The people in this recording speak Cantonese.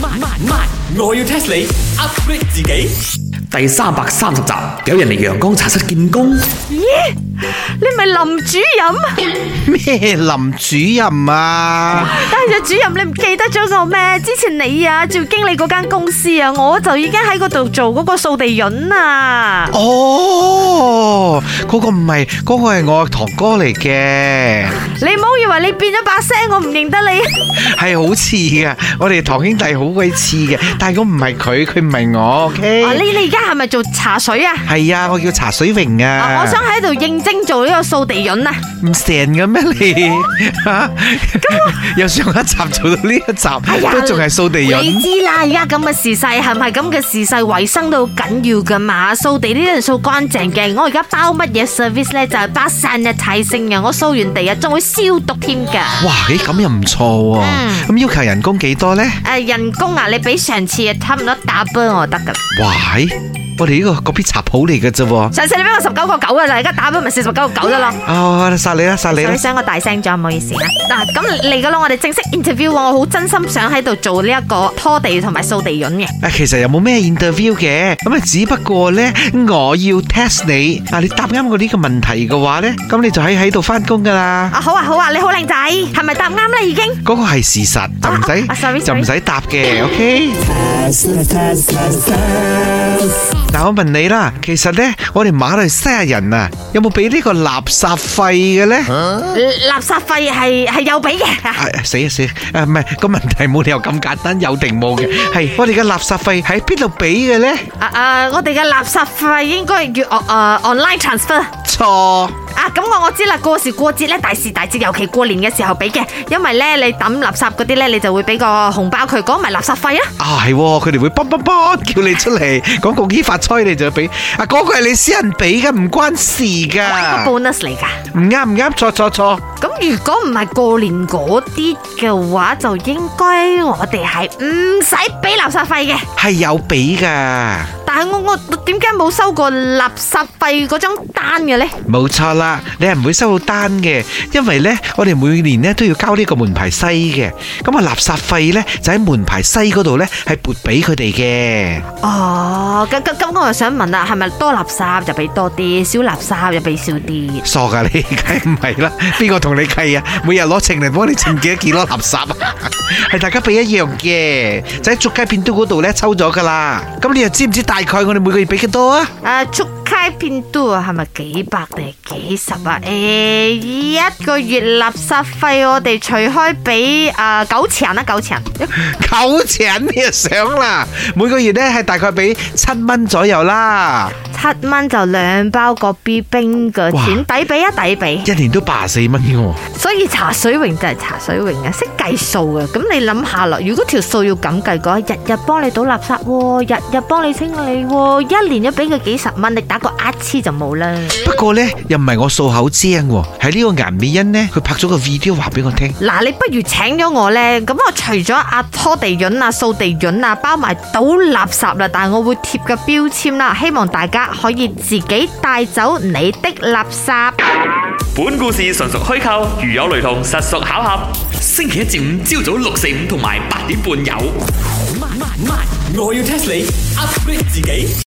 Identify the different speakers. Speaker 1: 慢慢慢，我要 test 你 upgrade 自己。第三百三十集，有人嚟陽光茶室見工。
Speaker 2: 咦，你咪林主任？啊
Speaker 3: 咩林主任啊？
Speaker 2: 但係哎主任，你唔記得咗我咩？之前你啊做經理嗰間公司啊，我就已經喺嗰度做嗰個掃地潤啊。
Speaker 3: 哦，嗰、個唔係，嗰、個係我堂哥嚟嘅，
Speaker 2: 你唔好以為你變咗把聲，我唔認得你。
Speaker 3: 係好似嘅，我哋堂兄弟好鬼似嘅，但係我唔係佢，佢唔係我，OK？
Speaker 2: 啊，你你而家係咪做茶水啊？
Speaker 3: 係啊，我叫茶水榮
Speaker 2: 啊
Speaker 3: 啊，
Speaker 2: 我想喺度應徵做呢個掃地潤啊。
Speaker 3: 唔成嘅咩你？嚇 由上一集做到呢一集，都仲係掃地
Speaker 2: 哎你
Speaker 3: 人。
Speaker 2: 知啦，而家咁嘅時勢係咪咁嘅時勢，衞生都好緊要噶嘛？掃地呢啲人掃乾淨嘅，我而家包乜嘢 service 咧？就係包散日提升嘅，我掃完地啊，仲會消毒添噶。
Speaker 3: 哇，咦咁又唔錯喎，
Speaker 2: 嗯
Speaker 3: 咁要求人工幾多呢？
Speaker 2: 誒、人工啊，你比上次啊差唔多 double 我得噶啦。
Speaker 3: 哇，咦我哋呢個嗰邊插好嚟嘅啫喎，
Speaker 2: 上次你俾我十九個九啊，就而家打俾咪四十九個九啫咯。
Speaker 3: 啊殺你啦殺你啦
Speaker 2: 你！想我大聲咗，唔好意思啊。嗱，咁嚟噶啦，我哋正式 interview 喎我好真心想喺度做呢一個拖地同埋掃地潤嘅。
Speaker 3: 啊，其實又冇咩 interview 嘅，咁啊，只不過呢，我要 test 你，啊，你答啱我呢個問題嘅話呢，咁你就喺喺度翻工噶啦，
Speaker 2: 啊，好啊，好啊，你好靚仔，係咪答啱啦已經？
Speaker 3: 嗰、個係事實，就唔
Speaker 2: 啊啊sorry，
Speaker 3: 使就唔使答嘅，OK？嗱，我問你啦，其實呢，我哋馬來西亞人啊，有冇俾呢個垃圾費嘅呢？
Speaker 2: 垃圾費係係有俾嘅。
Speaker 3: 啊死啊死啊！唔係個問題冇理由咁簡單，有定冇嘅，係我哋嘅垃圾費喺邊度俾嘅呢？
Speaker 2: 啊啊！我哋嘅垃圾費應該係叫啊 ờ, online transfer À,
Speaker 3: 錯。
Speaker 2: 啊！咁我我知啦，過時過節咧，大時大節，尤其過年嘅時候俾嘅，因為咧你抌垃圾嗰啲咧，你就會俾個紅包佢，講埋垃圾費啊！
Speaker 3: 啊，係喎，佢哋會嘣嘣嘣叫你出嚟，講共依發吹你就要俾。啊，嗰、個係你私人俾嘅，唔關事
Speaker 2: 呢
Speaker 3: 噶
Speaker 2: 個。bonus 嚟㗎。
Speaker 3: 唔啱唔啱，錯錯錯。
Speaker 2: 咁如果唔係過年嗰啲嘅話，就應該我哋係唔使俾垃圾費嘅。
Speaker 3: 係有俾噶，
Speaker 2: 但係我我我點解冇收過垃圾費嗰張單嘅咧？
Speaker 3: 冇錯啦，你係唔會收到單嘅，因為呢，我哋每年呢都要交呢個門牌西嘅，咁啊垃圾費呢，就喺門牌西嗰度呢，係撥俾佢哋嘅。
Speaker 2: 哦，咁咁咁，我又想問啦，係咪多垃圾就俾多啲，少垃圾就俾少啲？
Speaker 3: 傻噶你，梗唔係啦，邊個同你計啊？每日攞秤嚟幫你稱幾多幾多垃圾啊？係大家俾一樣嘅，就喺竹街變都嗰度咧抽咗噶啦。咁你又知唔知大概我哋每個月俾幾多啊？
Speaker 2: 誒，出街片都啊，係咪幾百定係幾十啊？誒、一個月垃圾費我哋除開俾誒九錢啦，九錢。
Speaker 3: 九錢你就想啦，每個月咧係大概俾七蚊左右啦，
Speaker 2: 七蚊就兩包個 B 冰嘅錢，抵俾啊抵俾，
Speaker 3: 一年都八十四蚊嘅喎。
Speaker 2: 所以茶水榮就係茶水榮啊，識計數嘅。咁你諗下啦，如果條數要咁計嘅話，日日幫你倒垃圾喎，日日幫你清理喎，一年都俾佢幾十蚊，你打個呃黐就冇啦。
Speaker 3: 不過咧又唔係我數口精喎，係呢個顏美欣咧，佢拍咗個 video 話俾我聽。
Speaker 2: 嗱，你不如請咗我呢。咁我除咗阿拖地潤啊、掃地潤啊，包埋倒垃圾啦，但係我會貼嘅標籤啦，希望大家可以自己帶走你的垃圾。
Speaker 4: 本故事純屬虛構，如有雷同，實屬巧合。
Speaker 1: 星期一至五朝早六四五同埋八點半有。慢慢慢，我要 test 你 upgrade 自己。